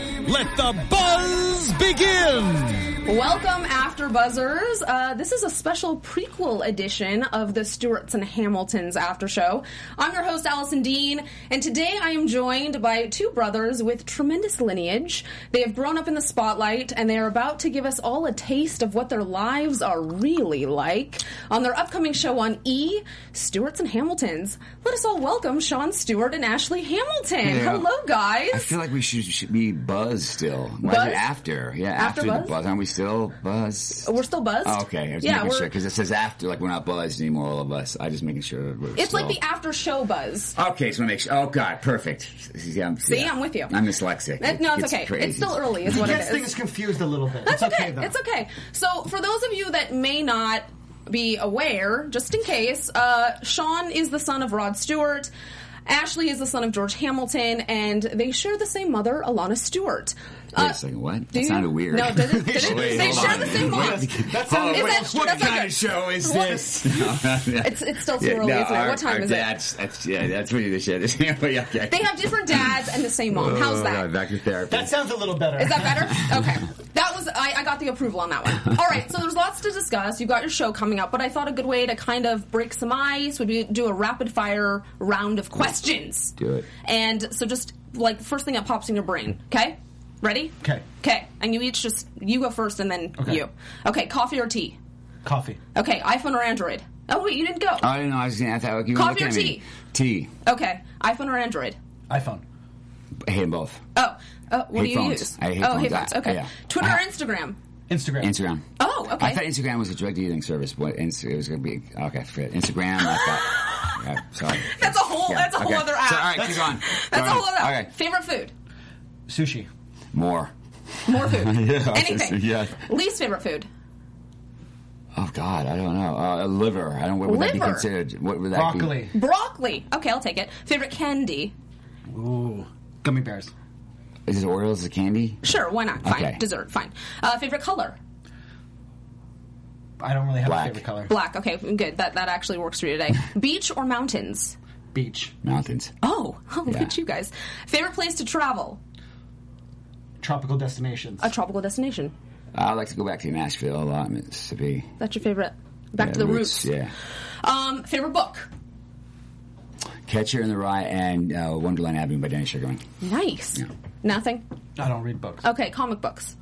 let the buzz begin. Welcome, After Buzzers. Uh, this is a special prequel edition of the Stewarts and Hamiltons After Show. I'm your host, Allison Dean, and today I am joined by two brothers with tremendous lineage. They have grown up in the spotlight, and they are about to give us all a taste of what their lives are really like on their upcoming show on E, Stewarts and Hamiltons. Let us all welcome Sean Stewart and Ashley Hamilton. Yeah. Hello, I guys. feel like we should, should be buzz still. Why Buzz? is it after? Yeah, After after, buzz? the buzz. Aren't we still buzz? We're still buzzed. Oh, okay, I was yeah, making we're, sure because it says after, like we're not buzzed anymore, all of us. I just making sure. We're it's like the after show buzz. after. Okay, so I make sure. Oh God, perfect. Yeah, I'm, See, I'm with you. I'm dyslexic. That- no, it's, okay. crazy. It's still early, is what it Gets is. things confused a little bit. That's it's okay, okay, though. it's okay. So, for those of you that may not be aware, just in case, uh, Sean is the son of Rod Stewart. Ashley is the son of George Hamilton, and they share the same mother, Alana Stewart. Uh, Wait a second, what? That do you- sounded weird. No, did it? Did it? Wait, they hold share on. the same Wait. mom. That sounds Is like that- what that's kind like a- of show is What- this? It's, it's still too Yeah, early, no, isn't it? our- What our time is it? dads, That's, yeah, that's what you should. okay. They have different dads and the same mom. How's Oh, that? God, back to therapy. that sounds a little better. Is that better? Okay. That was I, I got the approval on that one. All right, so there's lots to discuss. You've got your show coming up, but I thought a good way to kind of break some ice would be do a rapid fire round of questions. Do it. And so just like first thing that pops in your brain, okay? Ready? 'Kay. Okay. And you each just you go first and then Okay. you. Okay, coffee or tea? Coffee. Okay, iPhone or Android? Oh wait, you didn't go. I don't know. I was gonna. I thought you were Coffee looking or at me. Tea. okay, iPhone or Android? iPhone. I hate 'em both. Oh, oh what do you Headphones. use? I hate oh, phones. headphones. I- Okay. yeah. Twitter or I- Instagram? Instagram. Instagram. Oh, okay. I thought Instagram was a drug dealing service. What? Inst- it was going to be. Okay, forget it. Instagram. I thought. yeah, sorry. That's a whole- that's a whole other app. So, all right, keep on. That's all all of that. Okay, Favorite food? Sushi. more. More food. Yeah, Anything. yeah. Least favorite food. Oh God, I don't know. Uh, liver. I don't. What would that be Liver. considered? What would that Broccoli. Broccoli. Okay, I'll take it. Favorite candy. Ooh. Gummy bears. be? Is it Oreos? Is it candy? Sure, why not? Fine. Okay. Dessert, fine. Uh, favorite color. I don't really have Black. a favorite color. Black. Okay, good. That that actually works for you today. Beach or mountains? Beach. Mountains. Oh, look Yeah. at you guys. Favorite place to travel? Tropical destinations. A tropical destination. I like to go back to Nashville a lot, Mississippi. That's your favorite. Back Yeah, to the roots. Yeah. Um, favorite book. Catcher in the Rye and uh, Wonderland Avenue by Danny Sugarman. Nice. Nothing. I don't read books. Okay, comic books.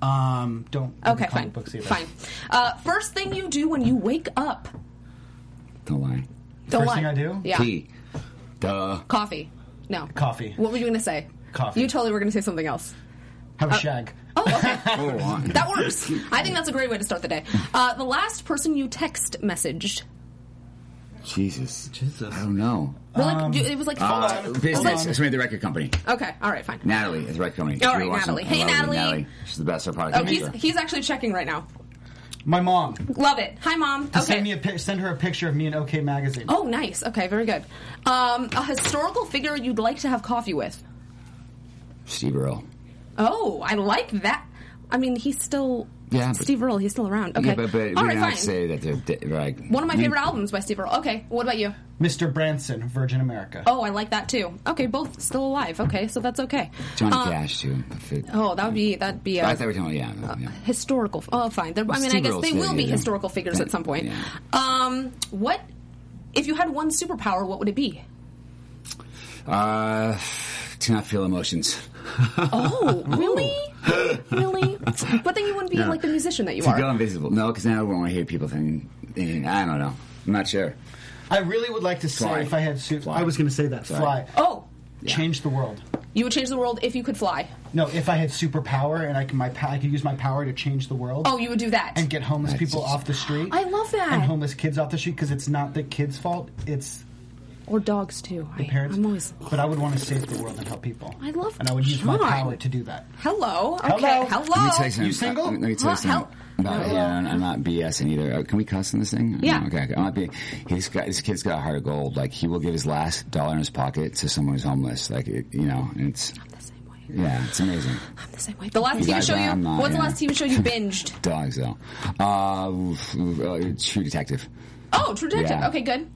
Um, don't read Okay, comic fine. books either. Fine. Uh, first thing you do when you wake up. Don't lie. Don't First lie. thing I do? Yeah. Tea. Duh. Coffee. No. Coffee. What were you going to say? Coffee. You totally were going to say something else. Have a shag. Oh, okay. Go on. that works. I think that's a great way to start the day. Uh, the last person you text messaged. Jesus. Jesus. I don't know. Well, like, Um, you- it was like follow Uh, business. It's made the record company. Okay, all right, fine. Natalie is the record company. All If right, you're watching, Natalie. I Hey, love you, Natalie. She's the best. Our product Oh, he's manager. he's actually checking right now. My mom. Love it. Hi, mom. Okay. Send me a pic- send her a picture of me in OK magazine. oh, nice. Okay, very good. Um, a historical figure you'd like to have coffee with. Steve Earle. Oh, I like that. I mean, he's still Yeah, but- Steve Earle. He's still around. Okay, Yeah, but, but all we right, don't fine. say that they're de- like One of my favorite albums by Steve Earle. Okay, what about you? Mr. Branson, Virgin America. Oh, I like that too. Okay, both still alive. Okay, so that's okay. Johnny Um, Cash too. If it- Oh, that would be that'd be I a thought we were talking. Yeah. yeah. historical. Oh, fine. They're, I mean, I Steve guess Earle's they will dead, be yeah. historical figures at some point. Yeah. Um, what if you had one superpower? What would it be? Uh, to not feel emotions. Oh, really? really? But then you wouldn't be No. like the musician that you to are. go invisible. No, because now I won't hear people thinking. thinking, I don't know. I'm not sure. I really would like to say Fly. if I had su- Fly. I was going to say that. Sorry. Fly. Oh, Change the world. you would change the world if you could fly. No, if I had superpower and I can my pa- I could use my power to change the world Oh, you would do that. and get homeless people just- off the street. I love that. And homeless kids off the street because it's not the kids' fault; it's or dogs too. I, parents. I'm always. but I would want to save the world and help people. I love and I would use my John. power to do that. Hello. Okay. Hello. Hello. Let me tell you something. You single? Uh, let me Huh, tell you something. About, help. yeah, I'm- I'm not BSing either. Uh, can we cuss in this thing? Yeah. No, okay. okay. I'm not being. He's got this kid's got hard gold. Like he will give his last dollar in his pocket to someone who's homeless. Like it, you know, and it's I'm the same way. yeah, it's amazing. I'm the same way. The last You TV guys show are you. not, what's the yeah. last TV show you binged? Dogs though. Uh, oof, oof, uh, True Detective. Oh, True Detective. Yeah. Okay, good.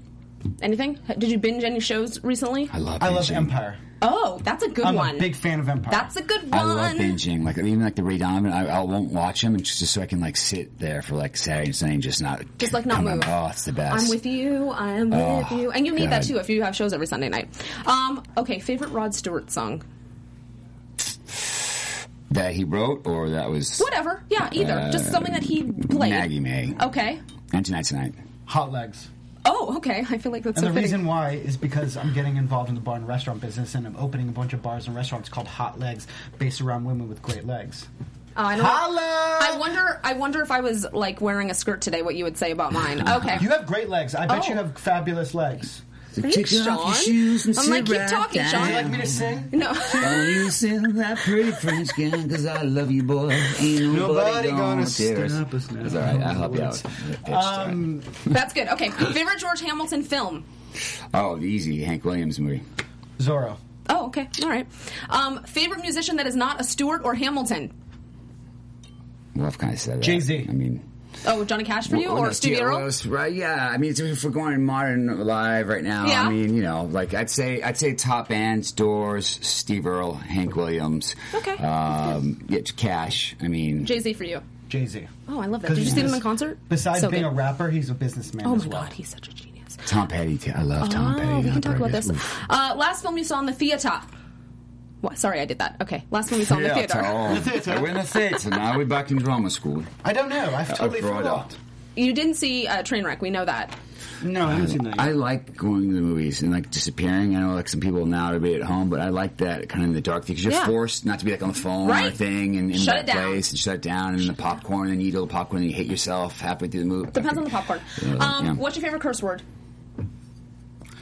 Anything? Did you binge any shows recently? I love. I love binging. Empire. Oh, that's a good I'm one. a big fan of Empire. that's a good one. I love binging, like even like the Ray Donovan. I, I won't watch him just, just so I can like sit there for like Saturday and Sunday and just not Just, like, not come on. move. Oh, it's the best. I'm with you. I'm with Oh, you. And you need that God. too if you have shows every Sunday night. Um, okay, favorite Rod Stewart song. that he wrote, or that was Whatever. Yeah, either. Uh, Just something that he played. Maggie May. Okay. And tonight's tonight. hot legs. Oh, okay. I feel like that's And so the fitting. reason why is because I'm getting involved in the bar and restaurant business, and I'm opening a bunch of bars and restaurants called Hot Legs, based around women with great legs. Uh, I don't- Holla! I wonder. I wonder if I was like wearing a skirt today, what you would say about mine. Okay. You have great legs. I bet you Oh. have fabulous legs. Thanks, Sean. I'm like, keep talking, Sean. Would you like me to sing? no. Don't you sing that pretty French can, cause I love you, boy. Ain't Nobody nobody, gonna gonna stop us. us now. It's all right. I'll help you out. Um, That's good. Okay. Favorite George Hamilton film. oh, the easy Hank Williams movie. Zorro. Oh, okay. All right. Um, favorite musician that is not a Stewart or Hamilton. Well, I've kind of said that. Jay-Z. I mean. Oh, Johnny Cash for you Well, or no, Stevie Steel Earle? Rose, right? Yeah. I mean, it's- if we're going modern live right now, Yeah. I mean, you know, like I'd say, I'd say top bands: Doors, Steve Earle, Hank Williams. Okay. Um, yeah, Cash. I mean, Jay Z for you. Jay Z. Oh, I love that. Did you see them in concert? Besides So being good. a rapper, he's a businessman Oh as my well. god, he's such a genius. Tom Petty. too. I love Tom Petty. Oh, we Tom can talk about Petty is- this. oof. Uh, last film you saw in the theater. What? Sorry, I did that. Okay, last film you saw in the theater. oh, er we're in the theater now. We're back in drama school. I don't know. I've totally brought up. forgot. You didn't see uh, Trainwreck. We know that. No, I haven't seen I like going to the movies and like disappearing. I know like some people now to be at home, but I like that kind of in the dark thing because you're Yeah. forced not to be like on the phone or Right. thing and in Shut that it down. place and shut it down and the popcorn and you eat a little popcorn and you hate yourself halfway through the movie. Depends on the popcorn. Yeah, um, yeah. What's your favorite curse word?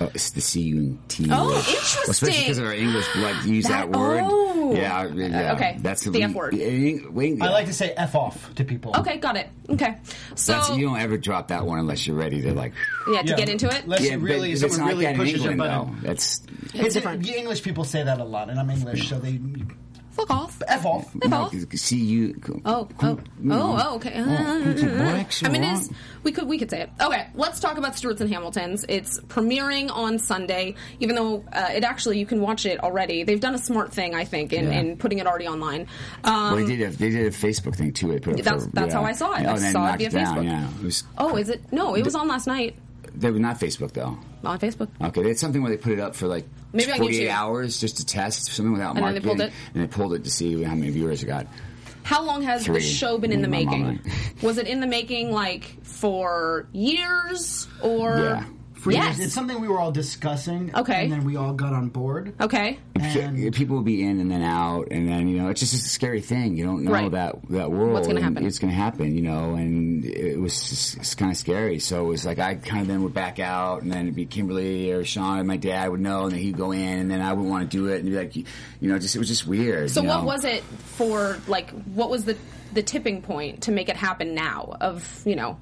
Oh, it's the C U T. Oh, word. interesting. Especially because of our English, like use That- that, word. oh. Yeah, yeah. Okay, That's the we- F word. in- we- I like to say F off to people. Okay, got it. Okay, so That's, you don't ever drop that one unless you're ready to like. yeah, to Yeah. get into it. Let's- Yeah, Really, but it's someone not really like that in pushes your England though. button. That's It's different. The English people say that a lot, and I'm English, so they Fuck off. F off. F off. C U. Oh, oh, oh, oh, okay. Uh, it's a uh, uh. black I mean, it is, swan. we could we could say it. Okay, let's talk about Stewart's and Hamilton's. It's premiering on Sunday, even though uh, it actually you can watch it already. They've done a smart thing, I think, in, Yeah. in putting it already online. Um, Well, they did a they did a Facebook thing too. They put it That's- for- that's yeah. how I saw it. Yeah, I and then saw it knocked via down, Facebook. Yeah, it was. oh, is it? No, it was on last night They were not Facebook though. on Facebook. Okay, they had something where they put it up for like Maybe on 48 YouTube. hours just to test something without And then they marketing, pulled it? and they pulled it to see how many viewers it got. How long has Three. the show been in the My making? mama. Was it in the making like for years or? Yeah. For yes. years. It's something we were all discussing. Okay. And then we all got on board. okay. Yeah, And People will be in and then out, and then you know it's just a scary thing. You don't know Right. that that world. What's gonna and happen. It's going to happen, you know, and it was it's kind of scary. So it was like I kind of then would back out, and then it'd be Kimberly or Sean and my dad would know, and then he'd go in, and then I wouldn't want to do it, and be like, you know, just it was just weird. So you what know? was it for? Like, what was the the tipping point to make it happen now? Of you know,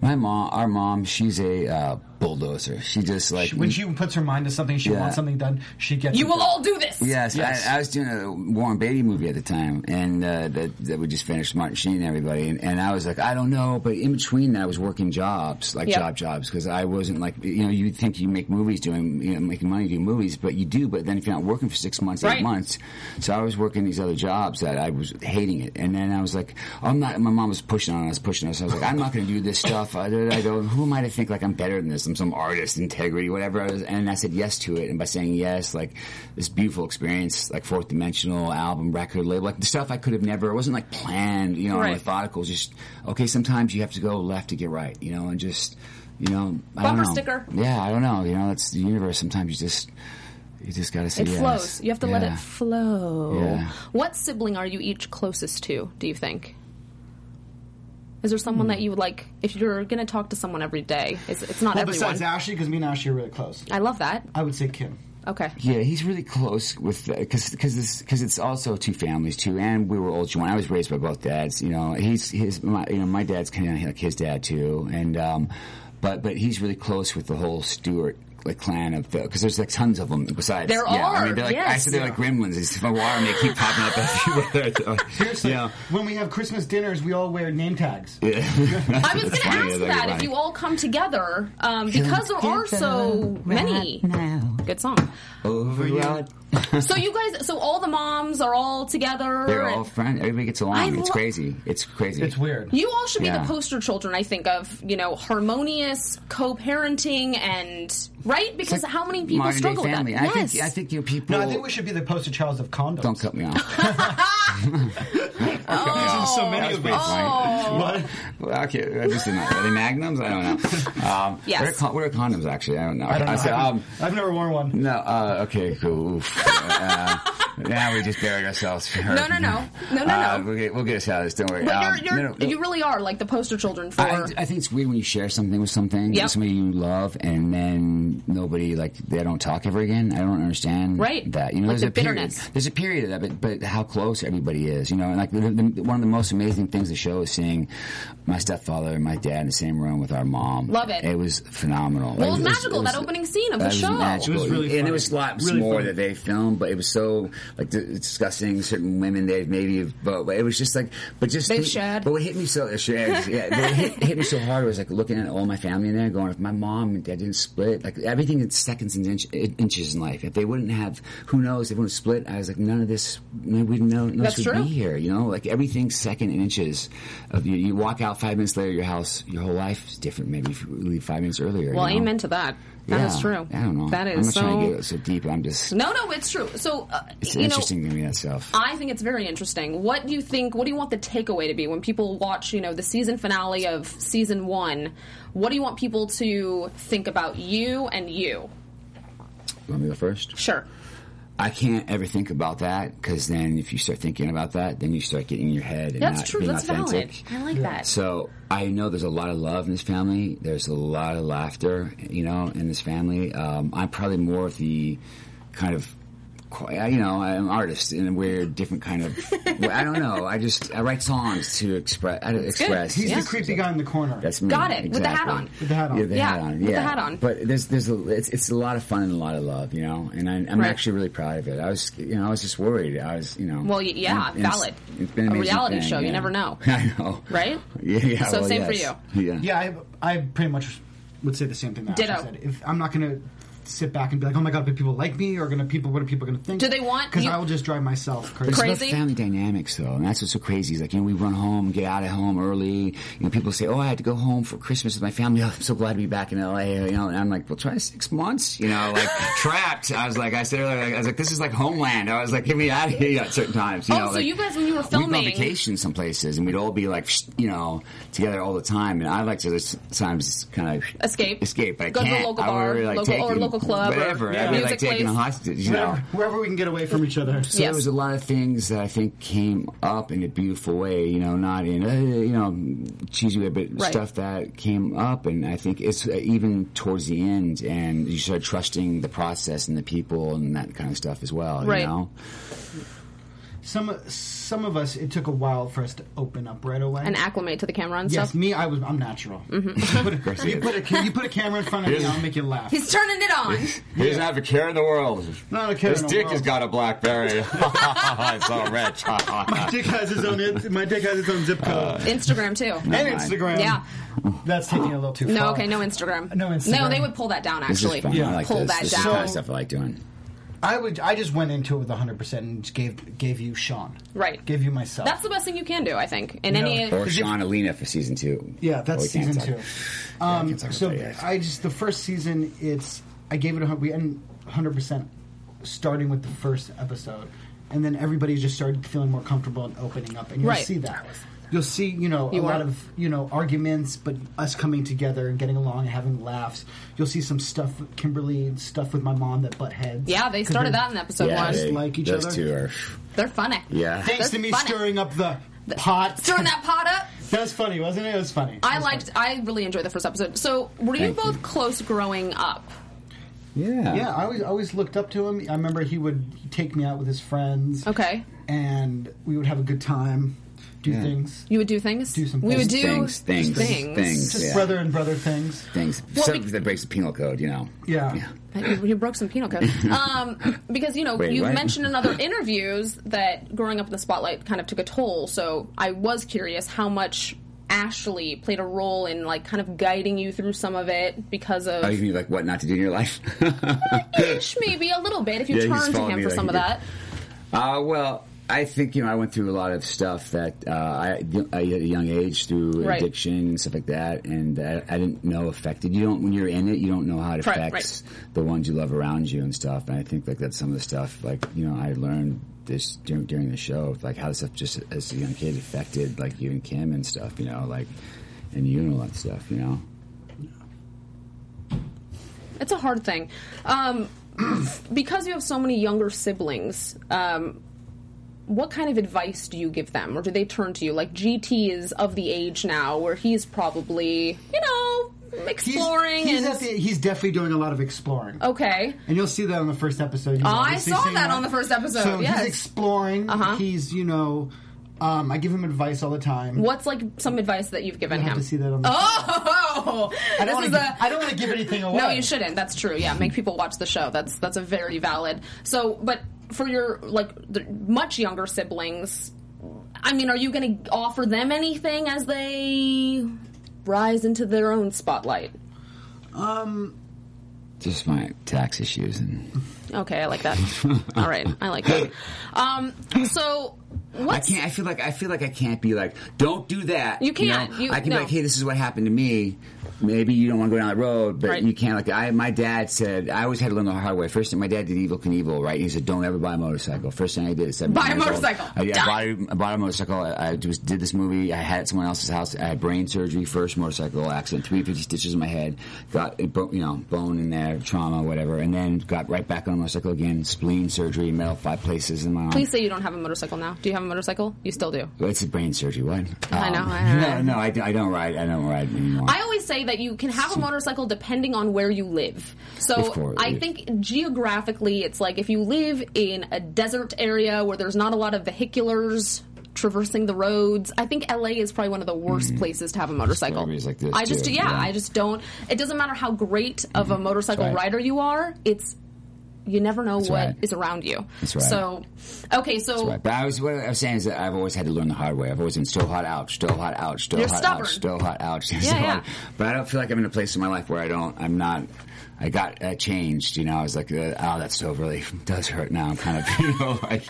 My mom, our mom, she's a uh, bulldozer. She just like when she puts her mind to something, she Yeah. wants something done, she gets you it will done. all do this. Yes, Yes. I, I was doing a Warren Beatty movie at the time, and uh, that that we just finished Martin Sheen and everybody, and, and I was like, I don't know, but in between that, I was working jobs, like Yep. job jobs, because I wasn't like you know you think you make movies doing you know making money doing movies, but you do, but then if you're not working for six months, Right. eight months, so I was working these other jobs that I was hating it, and then I was like, I'm not. My mom was pushing on us, pushing us. I was like, I'm not going to do this stuff. I, I go, who am I to think like I'm better than this? I'm some artist, integrity, whatever. I was, and I said yes to it, and by saying yes, like this beautiful experience, like fourth dimensional album, record label, like the stuff I could have never. It wasn't like planned, you know, Right. methodical. It was Just okay. Sometimes you have to go left to get right, you know, and just you know, I don't Bumper know. sticker. Yeah, I don't know. You know, it's the universe. Sometimes you just You just gotta say It yes. flows. You have to let Yeah. it flow. Yeah. What sibling are you each closest to, do you think? Is there someone that you would like, if you're going to talk to someone every day? It's, it's not Well, everyone. besides Ashley, because me and Ashley are really close. I love that. I would say Kim. Okay. Yeah, he's really close with because because because it's also two families too, and we were old. Joanne. I was raised by both dads. You know, he's his my, you know my dad's kind of like his dad too, and um, but but he's really close with the whole Stewart. Like clan of the because there's like tons of them besides There yeah I are, mean they're like I yes. said they're like gremlins it's from water and they keep popping up everywhere Seriously, yeah when we have Christmas dinners, we all wear name tags. I was going to funny, ask that's that if funny. you all come together, um, because there are so many. Good song. over you So you guys, so all the moms are all together. they're and- all friends everybody gets along I it's lo- crazy it's crazy It's weird. You all should be Yeah. the poster children, I think, of you know harmonious co-parenting and right because Like how many people modern day struggle with that? family. I yes, think I think you know, people no, I think we should be the poster childs of condoms. don't cut me off. Oh. so many That's pretty funny. Well, okay, I just didn't know. Are they magnums? I don't know. Um, Yes. What are, con- what are condoms, actually? I don't know. I don't know. said, I've, um, I've never worn one. no, uh, okay, cool. Oof. uh, now we just buried ourselves. for- No, no, no. No, no, Uh, no. we'll, get, we'll get us out of this, don't worry. But Um, you're, you're, no, no, you really are like the poster children for. I, I think it's weird when you share something with something, Yep. somebody you love, and then nobody like they don't talk ever again. I don't understand Right. that. You know, Like there's the a period. bitterness. There's a period of that, but but how close everybody is, you know, and like the, the, one of the most amazing things the show is seeing my stepfather and my dad in the same room with our mom. Love it. It was phenomenal. well, it was magical that opening scene of the That show. magical. It was really and funny. it was lots Really more funny. that they filmed, but it was so like di- discussing certain women they maybe, have- but but it was just like, but just They've think- shared. But what hit me so yeah, yeah, but what hit, hit me so hard was like looking at all my family in there, going, if my mom and dad didn't split, like everything in seconds and inch, in- inches in life, if they wouldn't have, who knows, if they wouldn't have split. I was like, none of this, none- we'd know, none of That's this would true. be here, you know, like everything's second and inches. Of you, you walk out five minutes later, your house, your whole life is different. Maybe if you leave five minutes earlier. Well, you know? amen to that. That yeah, is true. I don't know. That I'm is not so. trying to get it so deep. I'm just. no, no, it's true. So uh, it's you interesting know, to me that stuff. I think it's very interesting. What do you think? What do you want the takeaway to be when people watch, you know, the season finale of season one? What do you want people to think about you and you? You want me to go first? Sure. I can't ever think about that because then if you start thinking about that, then you start getting in your head and That's not true. being That's authentic. valid. I like that. So I know there's a lot of love in this family. There's a lot of laughter, you know, in this family. Um, I'm probably more of the kind of, qui- you know, I'm an artist in a weird, different kind of. I don't know. I just I write songs to expre- I don't express. He's Yeah. the creepy guy in the corner. That's me. Got it, with the hat exactly. on. With the hat on. Yeah, with the Yeah, hat on. with the yeah. hat on. But there's there's a, it's it's a lot of fun and a lot of love, you know. And I, I'm Right. actually really proud of it. I was you know I was just worried. I was you know. Well, y- yeah, and- and it's- valid. It's been A an amazing reality thing, show, you yeah. never know. I know. Right? Yeah. yeah So well, same for yes. you. Yeah. Yeah, I, I pretty much would say the same thing that Ditto. I said. If I'm not going to sit back and be like, oh my god, but people like me, or gonna people, what are people going to think? Do they want Because you- I will just drive myself crazy. But It's Crazy? about family dynamics, though, and that's what's so crazy. Is like you know, we run home, get out of home early. You know, people say, "Oh, I had to go home for Christmas with my family. Oh, I'm so glad to be back in L.A." You know, and I'm like, "Well, try six months." You know, like trapped. I was like, I said earlier, like, I was like, "This is like homeland." I was like, "Get me out of here!" At certain times, you Oh, know, so like, you guys, when you were We'd filming- go on vacation some places, and we'd all be like, you know, together all the time. And I like to just sometimes kind of Escape. escape. But I Go to a can't. local I would bar, really like local- or taking- local club, or whatever. I really music like taking a place. hostage. You know. Wherever, wherever we can get away from each other. So Yes. there was a lot of things that I think came up in a beautiful way, you know, not in a, you know, cheesy way, but Right. stuff that came up. And I think it's uh, even towards the end and you start trusting the process and the people and that kind of stuff as well, Right. you know? Some some of us, it took a while for us to open up right away. And Mm-hmm. acclimate to the camera and yes, stuff. me, I was. I'm natural. You, put a, you, put a, ca- you put a camera in front of me, I'll make you laugh. He's turning it on. He's not a care in the world. Not a care His in the dick world. has got a blackberry. it's all rich. my dick has its own. My dick has its own zip code Uh, Instagram too. and Um, Instagram. Yeah. that's taking it a little too far. No, okay, no Instagram. No Instagram. No, they would pull that down This is actually. fun. I like pull this. that this down. is the kind of stuff I like doing. I would. I just went into it with 100 percent and just gave gave you Sean. Right. Gave you myself. That's the best thing you can do, I think. In No. any Or Is it- Sean Alina for season two. yeah, Oh, that's we can't season talk- two. I Um, can't talk so about that yet. I just the first season. It's I gave it a hun- we end 100 percent starting with the first episode, and then everybody just started feeling more comfortable and opening up, and you Right. see that. you'll see, you know, You a lot are- of you know arguments, but us coming together and getting along and having laughs. You'll see some stuff, Kimberly and stuff with my mom that butt heads. Yeah, they 'Cause started they're- that in episode yeah, one. Just they- like each those other. two are. They're funny. Yeah. Thanks They're to me funny. stirring up the pot. Stirring that pot up. That was funny, wasn't it? It was funny. I It was liked. I really enjoyed the first episode. So, were you Thank you. both close growing up? Yeah. Yeah, I always I always looked up to him. I remember he would take me out with his friends. Okay. And we would have a good time, do things. You would do things. Do some we would do Things, things, things. things. Just Yeah. brother and brother things. Things. Well, Something we- that breaks the penal code, you know. Yeah. You you broke some penal code. Um, because, you know, Wait, you've what? mentioned in other interviews that growing up in the spotlight kind of took a toll. So I was curious how much Ashley played a role in, like, kind of guiding you through some of it because of. Oh, you mean like what not to do in your life? Ish, maybe a little bit if you Yeah, he just turn to followed him me for like some of he that. Uh, well, I think you know I went through a lot of stuff that uh, I I- at a young age through Right. addiction and stuff like that, and I, I didn't know affected. You don't when you're in it, you don't know how it Right, affects the ones you love around you and stuff. And I think like that's some of the stuff like you know I learned this during, during the show, like how this stuff just as a young kid affected like you and Kim and stuff, you know, like and you and all that stuff, you know. It's a hard thing. Um, because you have so many younger siblings, um, what kind of advice do you give them, or do they turn to you? Like GT is of the age now where he's probably, you know, He's- exploring he's, and at the- he's definitely doing a lot of exploring. okay, And you'll see that on the first episode. He's Oh, I obviously saw seeing that on the first episode, So yes. Uh-huh. he's exploring. He's you know, um, I give him advice all the time. what's like some advice that you've given I have him? to see that on the. Oh, I this don't is want a I don't want to give anything away. No, you shouldn't. That's true. Yeah, make people watch the show. That's that's a very valid. So, but for your like the much younger siblings, I mean, are you going to offer them anything as they rise into their own spotlight? Just my tax issues and Okay, I like that. All right, I like that. Um, so I what's can't. I feel like I feel like I can't be like, don't do that. You can't. know? You- I can no. be like, hey, this is what happened to me. Maybe you don't want to go down that road, but Right. you can't. Like, I, my dad said, I always had to learn the hard way. First thing, my dad did Evil Knievel, right? He said, don't ever buy a motorcycle. First thing I did, at 17 Buy a years old, motorcycle. I, yeah, Die. I bought, a- I bought a motorcycle. I, I just did this movie. I had it at someone else's house. I had brain surgery, first motorcycle accident, 350 stitches in my head, got, it bro- you know, bone in there, trauma, whatever, and then got right back on a motorcycle again, spleen surgery, metal five places in my arm. please say you don't have a motorcycle now? Do you have a motorcycle? You still do. Well, It's a brain surgery. What? I know, Um, I know. No, no, I, I don't ride. I don't ride anymore. I always say that you can have a motorcycle depending on where you live. Of So course. I think geographically, it's like if you live in a desert area where there's not a lot of vehiculars traversing the roads, I think LA is probably one of the worst places to have a motorcycle. Suburbies Hmm. like this, I just, too, yeah, yeah. Hmm. I just don't. It doesn't matter how great of a motorcycle right. rider you are. It's you never know what is right. around you. That's right. So, okay, so Right, but I was what I was saying is that I've always had to learn the hard way. I've always been still hot, ouch, still hot, ouch, still You're hot, stubborn. ouch, still hot, ouch. Yeah, yeah. But I don't feel like I'm in a place in my life where I don't. I'm not. I got uh, changed. You know, I was like, uh, oh, that stove really does hurt now. I'm kind of, you know, like,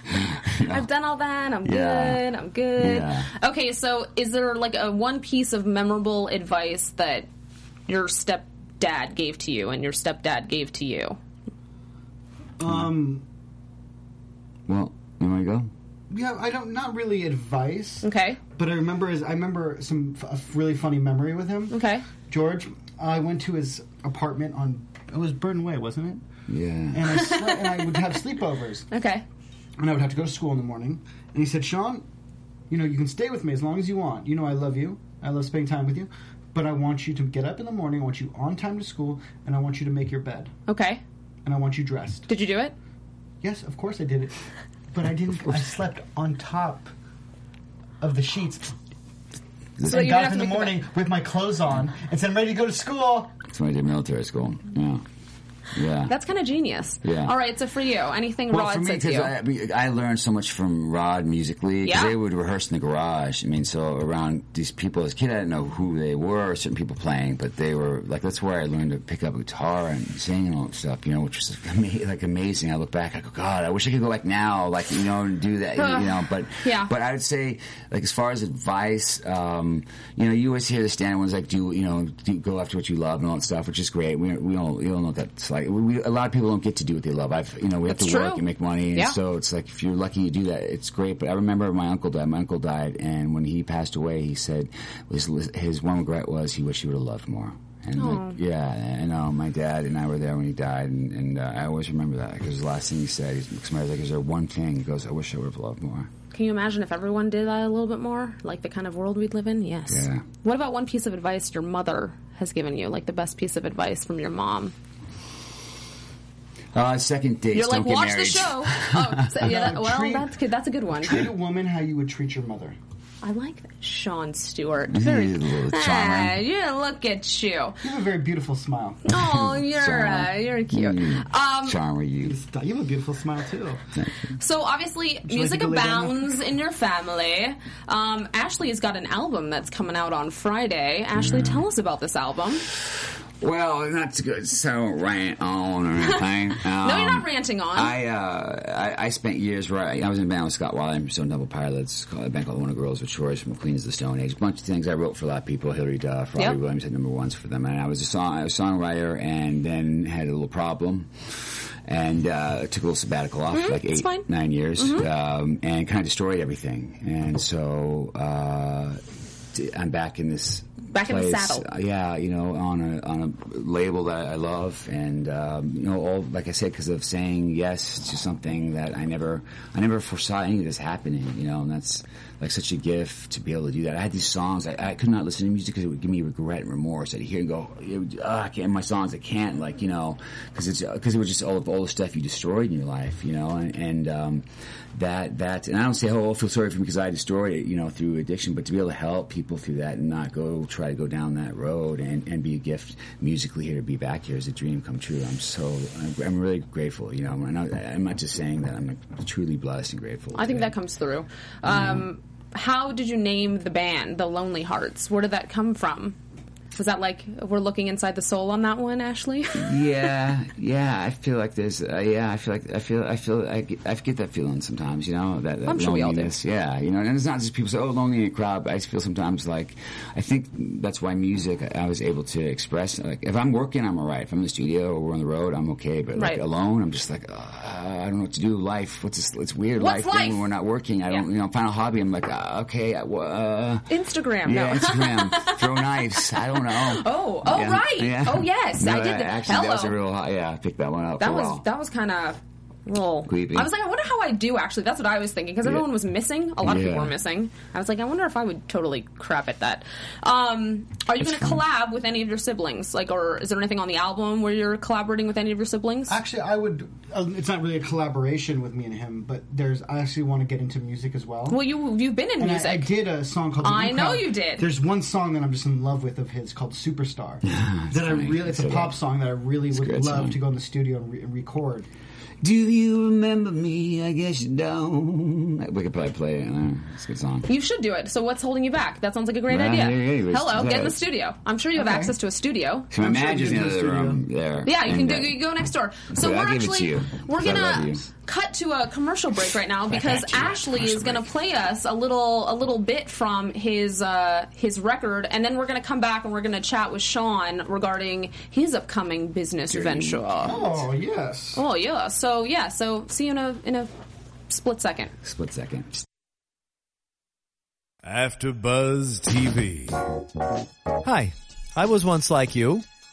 you know. I've done all that. I'm Yeah. good. I'm good. Yeah. Okay, so is there like a one piece of memorable advice that your stepdad gave to you and your stepdad gave to you? Um, well, you want to go? Yeah, I don't. Not really advice. Okay. But I remember his, I remember some f- a f- really funny memory with him. Okay. George, I went to his apartment on it was Burton Way, wasn't it? And Yeah. I, slept, and I would have sleepovers, Okay. and I would have to go to school in the morning. And he said, Sean, you know you can stay with me as long as you want. You know I love you. I love spending time with you. But I want you to get up in the morning. I want you on time to school, and I want you to make your bed, Okay. and I want you dressed. Did you do it? Yes, of course I did it. But I didn't. I slept on top of the sheets. So and you got didn't have up to in the make the morning with my clothes on and said, I'm ready to go to school. That's when I did military school. Yeah. Yeah. That's kind of genius. Yeah. All right. So for you, anything Well, Rod for me, said to you? I, I mean, I learned so much from Rod musically because Yeah. they would rehearse in the garage. I mean, so around these people as a kid, I didn't know who they were. Certain people playing, but they were like that's where I learned to pick up guitar and sing and all that stuff. You know, which was ama- like amazing. I look back, I go, God, I wish I could go back now, like you know, and do that. you know, but Yeah. but I would say, like as far as advice, um, you know, you always hear the standard ones like do you know do, go after what you love and all that stuff, which is great. We we all you all know what that's Like we, we, a lot of people don't get to do what they love. I've you know we have That's to work true. and make money, and Yeah. so it's like if you're lucky you do that, it's great. But I remember my uncle died. My uncle died, and when he passed away, he said his his one regret was he wished he would have loved more. And like, yeah, and uh, my dad and I were there when he died, and, and uh, I always remember that because the last thing he said, he's, because I was like, "Is there one thing?" He goes, "I wish I would have loved more." Can you imagine if everyone did that a little bit more? Like the kind of world we'd live in? Yes. Yeah. What about one piece of advice your mother has given you? Like the best piece of advice from your mom? Uh, second dates, You're like, don't get watch the married. show. Oh, so- yeah, that, well, Treat- that's good. That's a good one. Treat a woman how you would treat your mother. I like that. Sean Stewart. Very. He's a little Ah, charming. yeah, look at you. You have a very beautiful smile. Oh, you're uh, you're cute. Um, Mm, charmer, you. You have a beautiful smile too. So obviously, music to go lay down? abounds in your family. Um, Ashley has got an album that's coming out on Friday. Ashley, Mm. tell us about this album. Well, not to go so rant on or anything. No, you're Um, not ranting on. I, uh, I I spent years right. I was in a band with Scott Wiley and Stone Double Pilots, called, a band called One of Girls with Chores from Queens of the Stone Age. A bunch of things I wrote for a lot of people. Hillary Duff, Robbie Yep. Williams had number ones for them, and I was a song a songwriter, and then had a little problem, and uh, took a little sabbatical off, like Mm-hmm. it's eight fine. Mm-hmm. nine years, um, and kind of destroyed everything. And so uh, t- I'm back in this Back in the place, saddle. uh, yeah, you know, on a on a label that I love, and um, you know, all like I said, because of saying yes to something that I never I never foresaw any of this happening, you know, and that's like such a gift to be able to do that. I had these songs I, I could not listen to music because it would give me regret and remorse. I'd hear and go, it would, "Ah, I can't my songs I can't like you know because it's uh, because it was just all of all the stuff you destroyed in your life, you know, and, and um, that that and I don't say oh I feel sorry for me because I destroyed it, you know, through addiction, but to be able to help people through that and not go try to go down that road and, and be a gift musically here to be back here is a dream come true. I'm so I'm, I'm really grateful, you know, and I, I'm not just saying that I'm like, truly blessed and grateful. I think today. that comes through. Um, Mm. How did you name the band, The Lonely Hearts? Where did that come from? Was that like we're looking inside the soul on that one, Ashley? yeah, yeah. I feel like there's. Uh, yeah, I feel like I feel. I feel. I get, I get that feeling sometimes. You know that. that I'm sure we all do. loneliness. Yeah, you know, and it's not just people say, "Oh, lonely in a crowd." But I feel sometimes like I think that's why music. I was able to express. Like if I'm working, I'm alright. If I'm in the studio or we're on the road, I'm okay. But Right. like alone, I'm just like uh, I don't know what to do. Life. What's this? It's weird. What's thing life? when we're not working. I Yeah. don't. You know, find a hobby. I'm like uh, okay. I, uh, Instagram. yeah, no. Instagram. throw knives. I don't know. Oh, oh, right. Oh, yes, I did that. Actually, that was a Hello. real hot. Yeah, I picked that one up. That for a was while. that was kind of well. Creepy. I was like, I wonder how I do actually. That's what I was thinking because everyone was missing. A lot of people Yeah. were missing. I was like, I wonder if I would totally crap at that. Um, are you going to fun. collab with any of your siblings? Like, or is there anything on the album where you're collaborating with any of your siblings? Actually, I would. Uh, it's not really a collaboration with me and him, but there's. I actually want to get into music as well. well, you you've been in and music. I, I did a song called. The I New know Crowd. you did. There's one song that I'm just in love with of his called "Superstar." that I really. It's a pop song that I really a would good love song. to go in the studio and, re- and record. Do you remember me? I guess you don't. We could probably play it. In there. It's a good song. You should do it. So what's holding you back? That sounds like a great Nah, idea. yeah, yeah, it was- Hello, get in yeah. the studio. I'm sure you have access to a studio. So my sure manager's we in could the do other a studio. room there. Yeah, you can And, do, uh, you go next door. So Okay, we're I'll give it to actually you, we're 'cause I love gonna you. cut to a commercial break right now because got you. Ashley is Commercial gonna break. play us a little a little bit from his uh, his record, and then we're gonna come back and we're gonna chat with Sean regarding his upcoming business venture. Oh yes. Oh yeah, so yeah, so see you in a in a split second. Split second. After Buzz TV. Hi, I was once like you,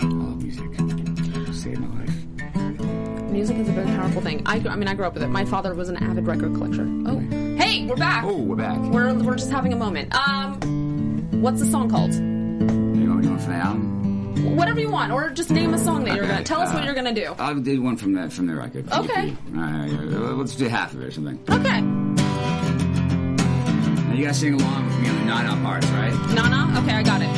I love music. Saved my life. Music is a very powerful thing. I, gr- I mean, I grew up with it. My father was an avid record collector. Oh, hey, we're back. Oh, we're back. We're we're just having a moment. Um, what's the song called? You want me to go for that album? Whatever you want, or just name a song that you're gonna tell us what you're gonna do. I did one from that from the record. Okay. EP. All right, all right, let's do half of it or something. Okay, Now you guys sing along with me on the nine up parts, right? Nana. Okay, I got it.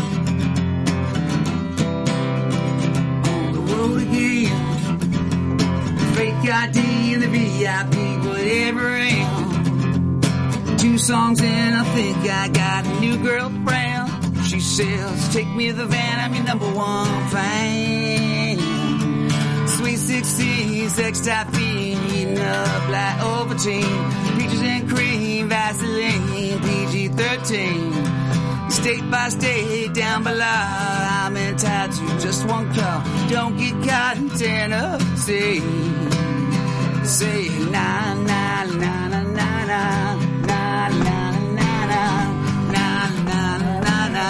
On the road again. Fake ID in the VIP, whatever I am. Two songs and I think I got a new girlfriend. She says, take me to the van, I'm your number one fan. Sweet 16, sex caffeine, eating up like Ovaltine, peaches and cream, Vaseline, PG 13. State by state, down below, I'm entitled to just one call. Don't get caught in Tennessee. Say na na na na na na na na na na na na na na.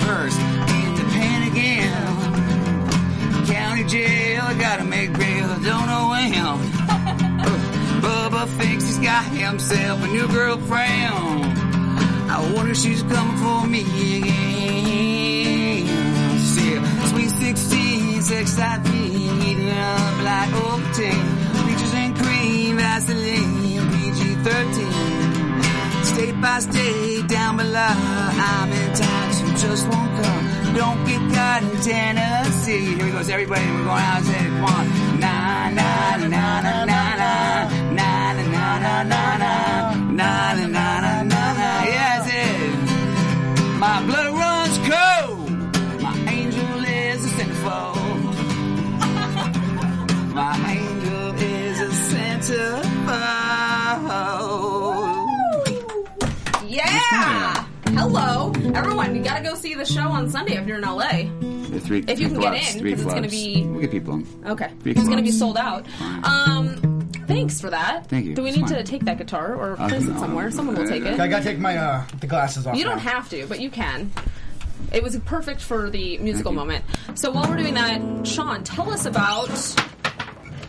First, in the pen again county jail. I gotta make bail. I don't know him. Bubba thinks he's got himself a new girlfriend. I wonder if she's coming for me again. Still, sweet 16, sex I feel, eating up like Ovaltine. Peaches and cream, Vaseline, PG 13. State by state, down below, I'm in touch. You just won't come. Don't get caught in Tennessee. Here we go, so everybody. We're going out and say, come on. Na na na na na na na na na na na na na na na na na. Yes, it. My blood runs cold. My angel is a centerfold. My angel is a centerfold. Yeah. Hello, everyone. You gotta go see the show on Sunday if you're in LA. The three, If you three can get clubs, in, three 'cause it's gonna clubs. be- We'll get people in. Okay, Three it's gonna be clubs. sold out. Um, thanks for that. Thank you. Do we It's need fine. to take that guitar or Uh, place it no. somewhere? Someone will take I it. gotta take my uh, the glasses off. You don't now. have to, but you can. It was perfect for the musical Thank moment. you. So while we're doing that, Sean, tell us about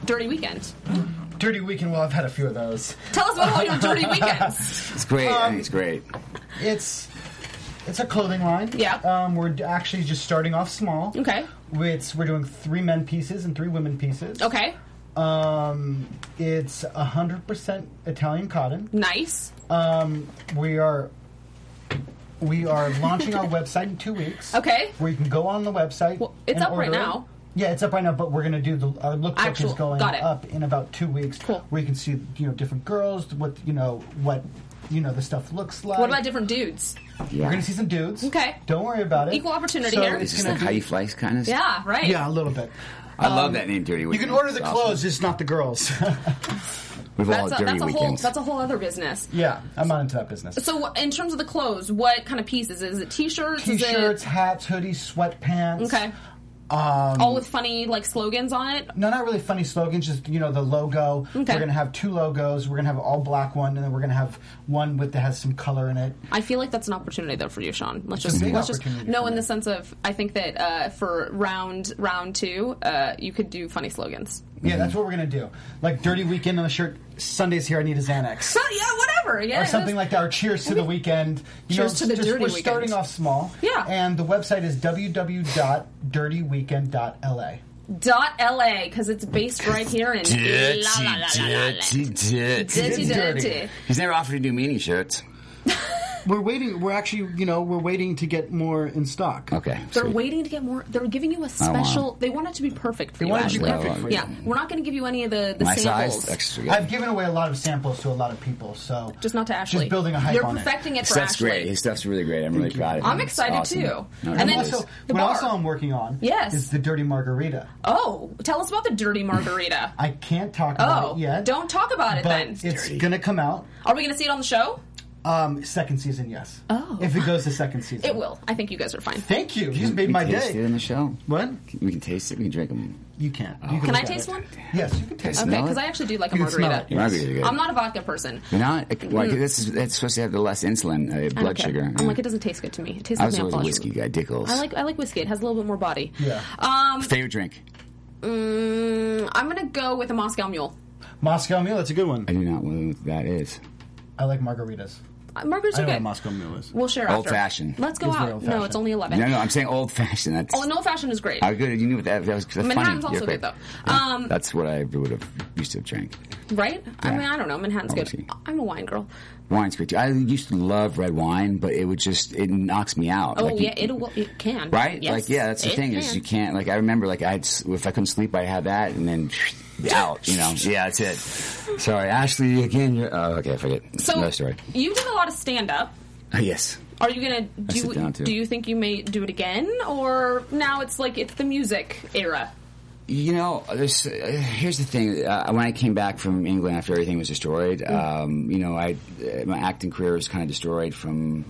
Dirty Weekend. Dirty Weekend. Well, I've had a few of those. Tell us about all your dirty weekends. It's great. I Um, think it's great. It's it's a clothing line. Yeah. Um, we're d- actually just starting off small. Okay. It's we're doing three men pieces and three women pieces. Okay, Um, it's hundred percent Italian cotton. nice. Um, we are we are launching our website in two weeks. Okay. Where you can go on the website. Well, it's and up right order it. now. Yeah, it's up right now, but we're gonna do the our lookbook Actual- is going got it. up in about two weeks. Cool. Where you can see you know different girls, what you know what you know the stuff looks like. What about different dudes? We're Yeah. gonna see some dudes. Okay. Don't worry about it. Equal opportunity So here. it's It's just gonna like be- how you flice kind of. Yeah, Um, right. yeah, a little bit. I love that name, Dirty You Weekend. can order the It's awesome. clothes, just not the girls. We've all That's had a, Dirty that's a whole Weekends. that's a whole other business. yeah, I'm not into that business. So wh- in terms of the clothes, what kind of pieces? Is it t-shirts? Is it- T-shirts, hats, hoodies, sweatpants. Okay. Um, All with funny like slogans on it. no, not really funny slogans. Just you know the logo. Okay. We're gonna have two logos. We're gonna have an all black one, and then we're gonna have one with that has some color in it. I feel like that's an opportunity though for you, Sean. Let's just a big let's just opportunity no for in me. the sense of I think that uh, for round round two, uh, you could do funny slogans. Yeah, that's what we're gonna do. Like dirty weekend on the shirt. Sundays here. I need a Xanax. So yeah, whatever. Yeah, or something that's- like that, or cheers to the weekend. You Cheers to the just- dirty We're weekend. starting off small. Yeah. And the website is www.dirtyweekend.la. dot LA because it's based right here in La, la, la, la, la, la. dirty, dirty. Dirty, It's dirty. dirty. He's never offered to do meaning shirts. We're waiting. We're actually, you know, we're waiting to get more in stock. Okay. They're sweet. waiting to get more. They're giving you a wow. special. They want it to be perfect for Oh, They you. want it to be Ashley. perfect for Yeah, you. we're not going to give you any of the the My samples. size. Extra good. I've given away a lot of samples to a lot of people, so Just not to Ashley. Just building a hype You're on it. perfecting it, for Stuff's Ashley. great. His stuff's really great. I'm really proud of him. I'm It's excited awesome. too. No, And it And then- is. also, the what bar. also I'm working on Yes. is the dirty margarita. Oh, tell us about the dirty margarita. I can't talk oh, about it yet. don't talk about it But then. it's gonna come out. Are we going to see it on the show? Um, second season, yes. Oh. If it goes to second season, It will. I think you guys are fine. Thank you. You just We made my taste it day. in the show. What? We can taste it. We can drink them. You can't. Oh. You Can I look at taste it. one? Yes, you can taste Okay, Smell because it? I actually do like a You can smell margarita. it, yes. Margarita, good. I'm not a vodka person. You're not like this is that's supposed to have the less insulin, uh, blood Okay. sugar. I'm yeah. like, it doesn't taste good to me. It tastes I like was nail always a polish. whiskey guy. Dickles. I like I like whiskey. It has a little bit more body. Yeah. Um, favorite drink. mm, I'm gonna go with a Moscow Mule. Moscow Mule. That's a good one. I do not know what that is. I like margaritas. Uh, Margaritas are I know good. what Moscow Mule is. We'll share after. Old-fashioned. Let's go It's very out. No, old-fashioned. it's only eleven. No, no, I'm saying old fashioned. That's Oh, an old fashioned is great. I good. You knew what that, that was. That's Manhattan's funny. also You're good, correct. though. Yeah. Um, that's what I would have used to have drank. right? I Yeah. mean, I don't know. Manhattan's Obviously. good. I'm a wine girl. Wine's great. Too. I used to love red wine, but it would just it knocks me out. Oh Like, you- yeah, it will. It can. Right? Yes, like, yeah, that's the it thing is can. you can't, like, I remember, like, I'd, s- if I couldn't sleep, I'd have that and then out, you know? Yeah, that's it. Sorry, Ashley, again, you're, oh, okay, I forget. So Another story. you did a lot of stand up. Oh, yes. Are you gonna sit down, do? too. Do you think you may do it again, or now it's like it's the music era? You know, there's, uh, here's the thing. Uh, when I came back from England after everything was destroyed, Mm. um, you know, I, uh, my acting career was kind of destroyed from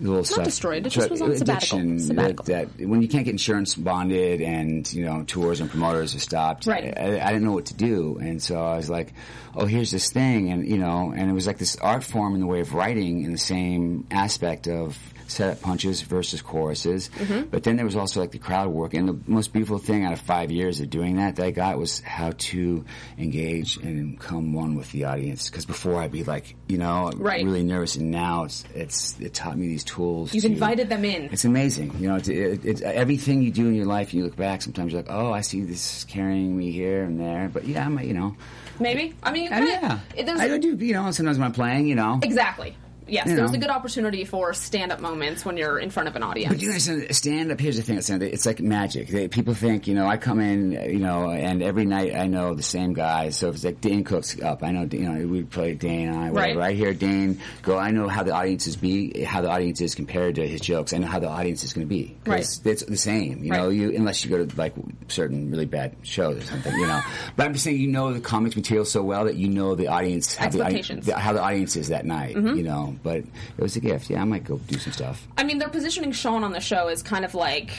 the little stuff. destroyed, it just was on sabbatical, addiction, sabbatical. That, that when you can't get insurance bonded and you know tours and promoters have stopped, Right. I, I didn't know what to do, and so I was like, "Oh, here's this thing," and you know, and it was like this art form in the way of writing, in the same aspect of setup punches versus choruses. Mm-hmm. But then there was also like the crowd work, and the most beautiful thing out of five years of doing that that I got was how to engage and come one with the audience. Because before I'd be like, you know, Right. really nervous, and now it's it's it taught me these tools. You've to- invited them in. It's amazing, you know. It's, it, it's everything you do in your life. You look back. Sometimes you're like, oh, I see this carrying me here and there. But yeah, I'm, a- you know, Maybe. I mean, and kinda- Oh, yeah, There's I do. You know, sometimes when I'm playing, you know. exactly. Yes, You there's know. a good opportunity for stand up moments when you're in front of an audience. But you understand, stand up. Here's the thing: stand up, it's like magic. They, people think, you know, I come in, you know, and every night I know the same guy. So if it's like Dane Cook's up, I know, you know, we play Dane and I, whatever. Right. I hear Dane go, I know how the audience is be, how the audience is compared to his jokes. I know how the audience is going to be. 'Cause Right. It's the same, you know. Right. You unless you go to like certain really bad shows or something, you know. but I'm just saying, you know, the comics material so well that you know the audience how the, audi- Expectations. Mm-hmm. the- how the audience is that night, you know. But it was a gift. Yeah, I might go do some stuff. I mean, they're positioning Sean on the show as kind of like.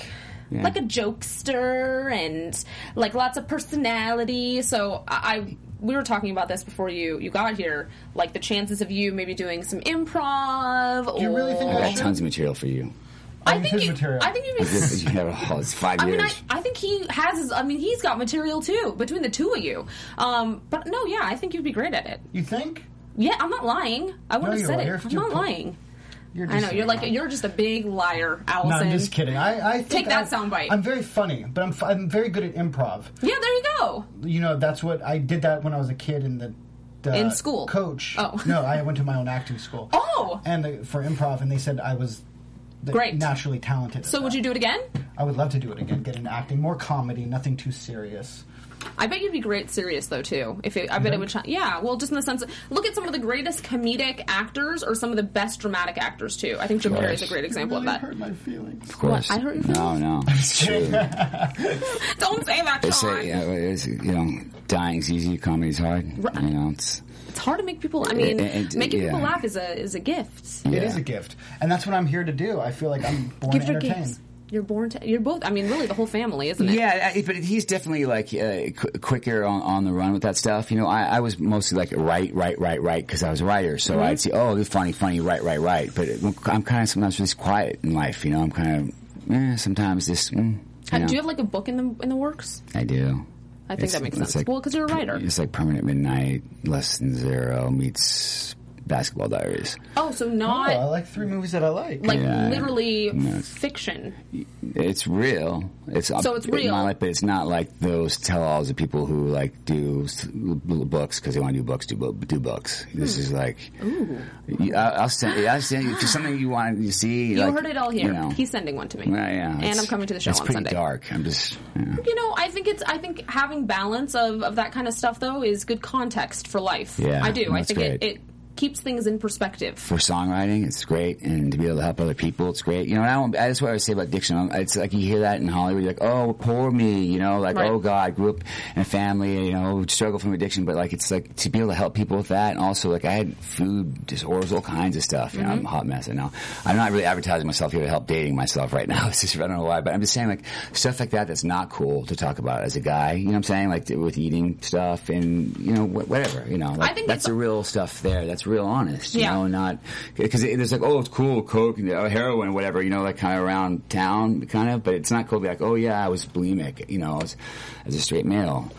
Yeah. Like a jokester and like lots of personality. So I, I, we were talking about this before you you got here. Like the chances of you maybe doing some improv. you really think or- I I got should- tons of material for you. I mean, think his you. material. I think you'd It's just- be. you know, it's five I years. mean, I, I think he has his. I mean, he's got material too between the two of you. Um, but no, yeah, I think you'd be great at it. You think? Yeah, I'm not lying. I wouldn't have No, said you are. it. I'm You're not po- lying. You're I know you're like lying. you're just a big liar, No, Allison. I'm just kidding. I, I think Take that I- soundbite. I'm very funny, but I'm f- I'm very good at improv. Yeah, there you go. You know, that's what I did that when I was a kid in the. the In school? coach. Oh. no, I went to my own acting school. Oh! and the, for improv, and they said I was the- Great. naturally talented. So would you do it again? I would love to do it again. Get into acting, more comedy, nothing too serious. I bet you'd be great serious though too. If it, I Mm-hmm. bet it would, sh- yeah. Well, just in the sense, of, look at some of the greatest comedic actors or some of the best dramatic actors too. I think Jim Carrey is a great example of Really that. hurt my feelings. of course. What, I hurt your No, feelings? no. It's true. Don't say that, They Sean. say, yeah, it's, you know, dying's easy, comedy's hard. Right. You know, it's, It's hard to make people. I mean, It- it- making people yeah. laugh is a is a gift. It Yeah. is a gift, and that's what I'm here to do. I feel like I'm born Gift to or entertain. gifts. You're born to. You're both. I mean, really, the whole family, isn't it? yeah, I, but he's definitely like uh, qu- quicker on, on the run with that stuff. You know, I, I was mostly like right, right, right, right because I was a writer. Mm-hmm. So I'd see, oh, this funny, funny, right, right, right. But it- I'm kind of sometimes just quiet in life. You know, I'm kind of eh, sometimes just. Mm, you Have- know. Uh, Do you have like a book in the in the works? I do. I think that makes it's sense. Well, 'cause you're a writer. It's like Permanent Midnight, Less Than Zero meets Basketball Diaries. Oh, so not Oh, I like three movies that I like. like Yeah. literally fiction. It's real. It's So it's real. Not like, but it's not like those tell-alls of people who like do s- l- l- books because they want to do books. Do, bu- do books. Hmm. This is like. You- I, will send. I'll send you for something you want to see. You like, heard it all here. You know, He's sending one to me. Yeah, yeah, And it's- I'm coming to the show It's on pretty Sunday. dark. I'm just. Yeah. You know, I think it's I think having balance of, of that kind of stuff though is good context for life. Yeah, I do. I that's think it, great. it keeps things in perspective. for songwriting, it's great, and to be able to help other people, it's great. You know, and I don't, that's what I always say about addiction. It's like you hear that in Hollywood, you're like, oh, poor me, you know, like, Right. oh God, I grew up in a family, you know, struggle from addiction, but like, it's like to be able to help people with that, and also like I had food disorders, all kinds of stuff. You know, I'm a hot mess right now. I'm not really advertising myself here to help dating myself right now. It's just I don't know why, but I'm just saying like stuff like that that's not cool to talk about as a guy. You know what I'm saying? Like with eating stuff and you know wh- whatever. You know, like, think that's it's- the real stuff there. That's real honest. You Yeah. know, not because it, there's like oh it's cool coke and oh, heroin whatever you know like kind of around town kind of but it's not cool to be like oh yeah I was bulimic you know as, as a straight male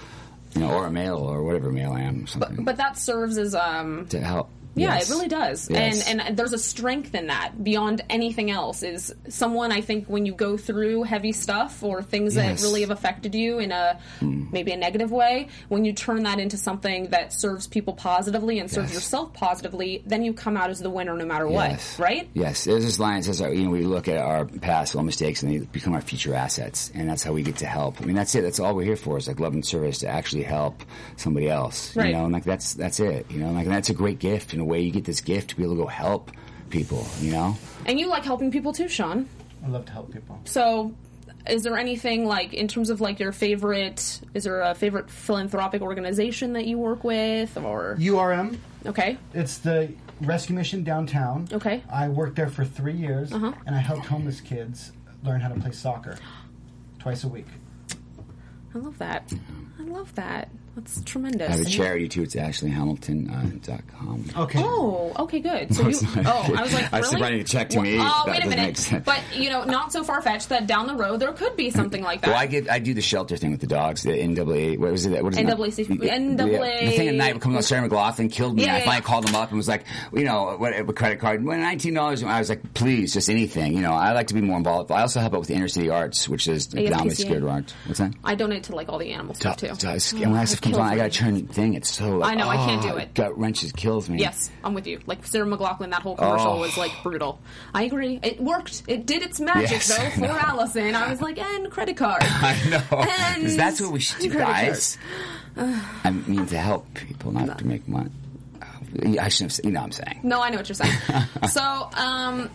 you know or a male or whatever male I am or something But that serves as um to help Yeah, Yes. it really does. Yes. And and there's a strength in that beyond anything else is someone I think when you go through heavy stuff or things Yes. Mm. that really have affected you in a maybe a negative way, when you turn that into something that serves people positively and serves Yes. yourself positively, then you come out as the winner no matter Yes. what, right? Yes. There's this line that says, uh, you know, we look at our past little mistakes and they become our future assets. And that's how we get to help. I mean, that's it. That's all we're here for is like love and service to actually help somebody else. Right. You know, and like that's, that's it. You know, like and that's a great gift in a way you get this gift to be able to go help people, you know? And you like helping people too, Sean. I love to help people. So, is there anything like in terms of like your favorite? Is there a favorite philanthropic organization that you work with, or URM. okay? It's the rescue mission downtown. Okay. Uh-huh. I worked there for three years, and I helped homeless kids learn how to play soccer twice a week. I love that. I love that. That's tremendous. I have a charity too. It's ashleyhamilton.com. Uh, Okay. Oh, okay, good. So you, sorry. oh, I was like, I was really? writing a check to me. Oh, That wait a doesn't make minute. sense. But you know, not so far fetched that down the road there could be something like that. Well, I get I do the shelter thing with the dogs. The NAA, what was it? What is it? NAACP Yeah, NAA The thing at night comes on Sarah McLaughlin killed me. Yeah, and I yeah, finally yeah. called them up and was like, you know, what a credit card, well, nineteen dollars. I was like, please, just anything. You know, I like to be more involved. I also help out with the inner city arts, which is predominantly ASPCA. scared arts. What's that? I donate to like all the animal stuff too. So I was- and when I it comes on, kills I gotta me. turn the thing. It's so. Like, I know, I can't oh, do it. Gut wrenches kills me. Yes, I'm with you. Like Sarah McLaughlin, that whole commercial Oh. was like brutal. I agree. It worked. It did its magic Yes, though I for know. Allison. I was like, and credit card. I know. 'Cause And that's what we should do, credit card. guys. I mean to help people, not to make money. I shouldn't have. said- You know what I'm saying. No, I know what you're saying. so, um,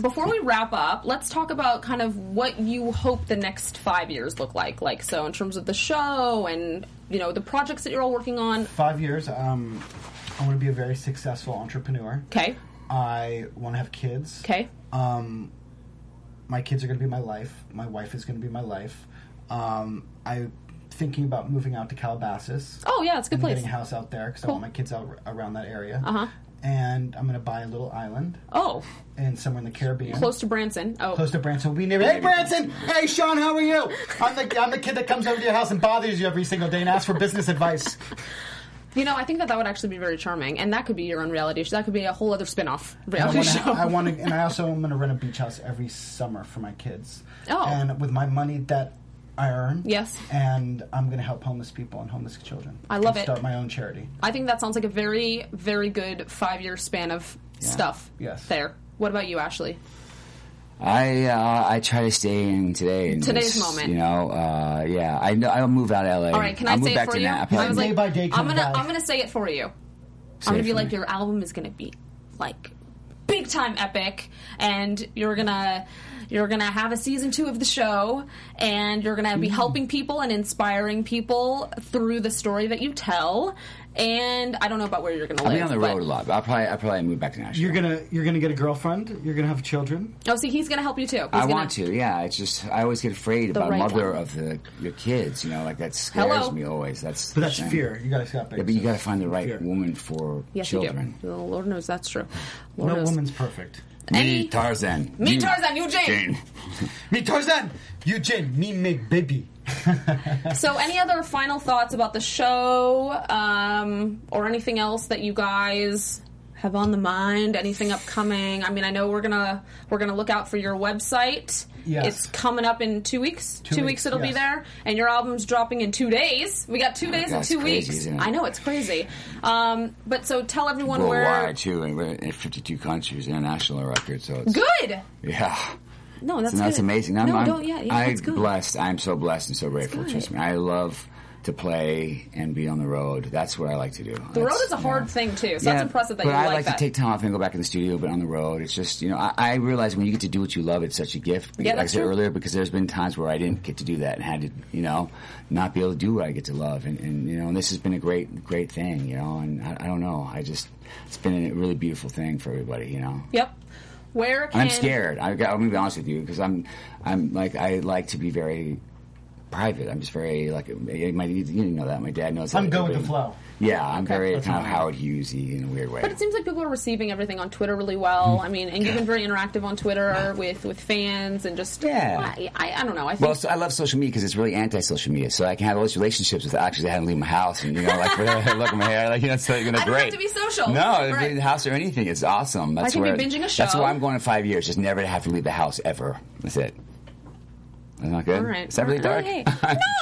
before we wrap up, let's talk about kind of what you hope the next five years look like. Like, so in terms of the show and you know the projects that you're all working on. Five years. Um, I want to be a very successful entrepreneur. Okay, I want to have kids. okay, Um, my kids are going to be my life. My wife is going to be my life. Um, I'm thinking about moving out to Calabasas. Oh, yeah, it's a good and place. Getting a house out there because I want my kids out around that area. Uh-huh. And I'm going to buy a little island oh, and somewhere in the Caribbean. close to Branson. Oh, Close to Branson. We never. Hey, Branson. Hey, Sean. How are you? I'm the I'm the kid that comes over to your house and bothers you every single day and asks for business advice. you know, I think that that would actually be very charming, and that could be your own reality show. That could be a whole other spin-off I reality want to. show. I want to, and I also am going to rent a beach house every summer for my kids. Oh. And with my money that I earn. Yes. And I'm going to help homeless people and homeless children. I love it. and Start my own charity. I think that sounds like a very, very good five-year span of stuff. Yes. There. What about you, Ashley? I uh, I try to stay in today. In Today's this, moment. You know, uh, yeah. I know I'll move out of LA. All right, can I I'll move say back it for to you? Napa. I was Day like, by day kind I'm of gonna, guy. I'm gonna say it for you. Say I'm gonna it be for like, me. your album is gonna be like big time epic, and you're gonna, you're gonna have a season two of the show, and you're gonna be Mm. helping people and inspiring people through the story that you tell. And I don't know about where you're gonna I'll live. be on the but- road a lot. But I'll probably I'll probably move back to Nashville. You're gonna you're gonna get a girlfriend. You're gonna have children. Oh, see, he's gonna help you too. He's I gonna- want to, yeah. It's just I always get afraid about right mother one. of the your kids. You know, like that scares Hello. me always. That's But that's shame. fear. You gotta stop it. Yeah, but you got to find the right Fear. woman for Yes, children. you do. Oh, Lord knows that's true. Lord No knows. woman's perfect. Any- Me Tarzan. Me, Tarzan, you, Jane. Me Tarzan. You Jane. Me make baby. So, any other final thoughts about the show um, or anything else that you guys have on the mind? Anything upcoming? I mean, I know we're gonna we're gonna look out for your website. Yes. It's coming up in two weeks. Two, weeks, weeks, it'll be yes. there, and your album's dropping in two days. We got two days and that's two crazy, weeks. isn't it? I know it's crazy. Um, but so tell everyone where. Worldwide too, and we're in 52 countries, international record. So it's, Good. yeah. No, that's and that's good. amazing. No, I'm, I'm, don't. Yeah, yeah, I'm that's good. blessed. I'm so blessed and so grateful. good. Trust me. I love to play and be on the road. That's what I like to do. The road is a hard thing too, so that's impressive that but you I like, like that. to take time off and go back in the studio, but on the road, it's just you know I, I realize when you get to do what you love, it's such a gift. Yeah, like I that's said true. earlier, because there's been times where I didn't get to do that and had to you know not be able to do what I get to love, and, and you know and this has been a great great thing, you know, and I, I don't know, I just it's been a really beautiful thing for everybody, you know. yep. Where can I'm scared. I, got- I'm gonna be honest with you because I'm, I'm like I like to be very private. I'm just very like my you know that my dad knows. I'm that. go with the flow. Yeah, I'm very That's kind of fine. Howard Hughesy in a weird way. But it seems like people are receiving everything on Twitter really well. Mm. I mean, and you've been very interactive on Twitter with with fans and just Yeah. I, I, I don't know. I think well, so I love social media because it's really anti-social media. So I can have all these relationships without actually having to leave my house and you know like look at my hair like you know it's like, you know, I don't great. have to be social. No, it'd be Right. in the house or anything. It's awesome. That's could be where binging a That's show. where I'm going in five years. Just never to have to leave the house ever. That's it. That's not good. all right. Is that really All dark? right.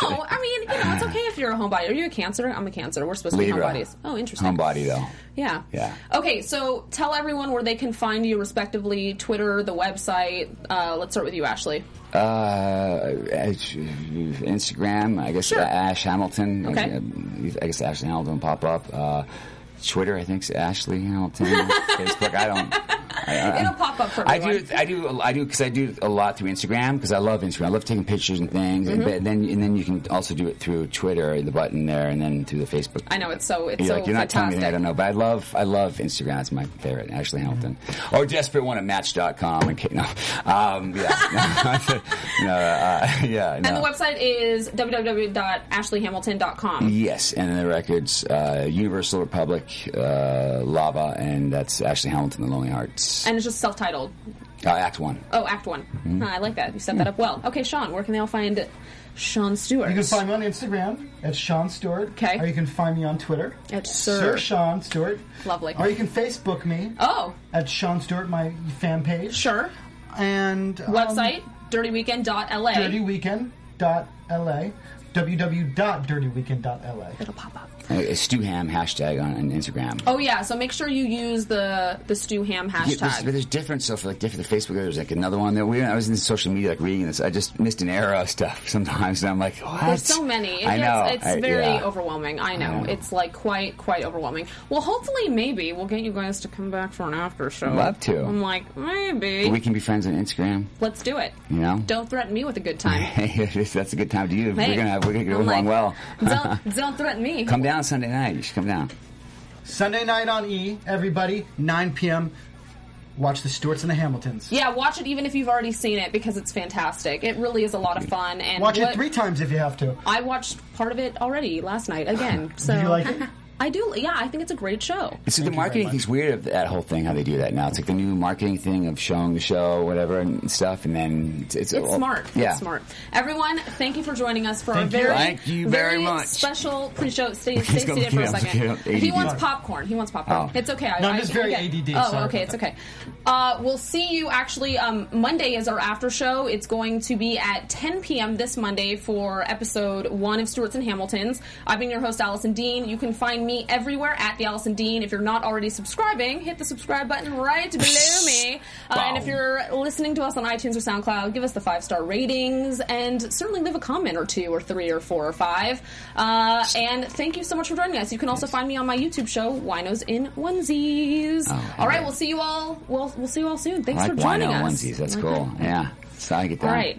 No, I mean, you know, it's okay if you're a homebody. Are you a Cancer? I'm a Cancer. We're supposed to be Libra. homebodies. Oh, interesting. Homebody though. Yeah. Yeah. Okay, so tell everyone where they can find you, respectively, Twitter, the website. Uh, let's start with you, Ashley. Uh, Instagram, I guess Sure. Ash Hamilton. Okay. I, guess Ashley Hamilton will pop up. Uh, Twitter, I think, is Ashley Hamilton. Facebook, I don't. I, It'll pop up for Uh-uh. I everyone. do, I do, I do, because I do a lot through Instagram because I love Instagram. I love taking pictures and things, Mm-hmm. and but then and then you can also do it through Twitter, the button there, and then through the Facebook. I know, it's so- it's you're so like, you're not telling me anything fantastic. I don't know, but I love I love Instagram. That's my favorite, Ashley Hamilton, Mm-hmm. or desperate one at Match.com. Okay, no, um, yeah, no, uh, yeah, no. And the website is www.ashleyhamilton.com. Yes, and the records, uh, Universal Republic, uh, Lava, and that's Ashley Hamilton, The Lonely Hearts, And it's just self titled. uh, Act One. Oh, Act One. Hmm. Huh, I like that. You set that up well. Okay, Sean, where can they all find Sean Stewart? You can find me on Instagram at Sean Stewart. Okay. Or you can find me on Twitter At Sir. Sean Stewart. Lovely. Or you can Facebook me oh, at Sean Stewart, my fan page. Um, sure. And um, Website, dirtyweekend.la. dirtyweekend.la. www.dirtyweekend.la. It'll pop up. Uh, Stu Ham hashtag on, on Instagram. Oh, yeah, so make sure you use the, the Stu Ham Yeah, there's, but hashtag. there's different stuff like different the Facebook. There's like another one there. Weird. I was in social media like reading this. I just missed an arrow stuff sometimes, and I'm like, what? There's so many. It I know. gets- It's, I- very yeah. overwhelming. I know. It's like quite, quite overwhelming. Well, hopefully, maybe we'll get you guys to come back for an after show. Love to. I'm like, maybe. We can be friends on Instagram. Let's do it. You know. Don't threaten me with a good time. That's a good time to you. Hey, we're gonna have, we're gonna get I'm like, along well. don't, don't threaten me. come down Sunday night. You should come down. Sunday night on E, everybody, 9 p.m. Watch the Stewarts and the Hamiltons. Yeah, watch it even if you've already seen it because it's fantastic. It really is a lot of fun. And Watch what- it three times if you have to. I watched part of it already last night again. So you like it? I do. Yeah, I think it's a great show. So the marketing thing's weird of that whole thing, how they do that now. It's like the new marketing thing of showing the show, whatever, and stuff, and then it's, it's, It's all- smart. Yeah, It's smart. Everyone, thank you for joining us for Thank a you. very, Thank you very much. special pre-show. Stay, stay He's gonna seated for a look it up, second. look it up. He ADD. wants popcorn. He wants popcorn. Oh. It's okay. I- No, I'm I- just very I get- ADD, Oh, sorry okay. about It's okay. Uh, we'll see you actually. Um, Monday is our after show. It's going to be at 10 p.m. this Monday for episode one of Stewart's and Hamiltons. I've been your host, Allison Dean. You can find me everywhere at the Allison Dean. If you're not already subscribing, hit the subscribe button right below me. Uh, And if Wow. you're you're listening to us on iTunes or SoundCloud, give us the five star ratings and certainly leave a comment or two or three or four or five. Uh, and thank you so much for joining us. You can also find me on my YouTube show, Winos in Onesies. Oh, all right, yeah. we'll see you all. We'll we'll see you all soon. Thanks I like for joining wino us. onesies. That's Okay. cool. Yeah, so I get that. All right.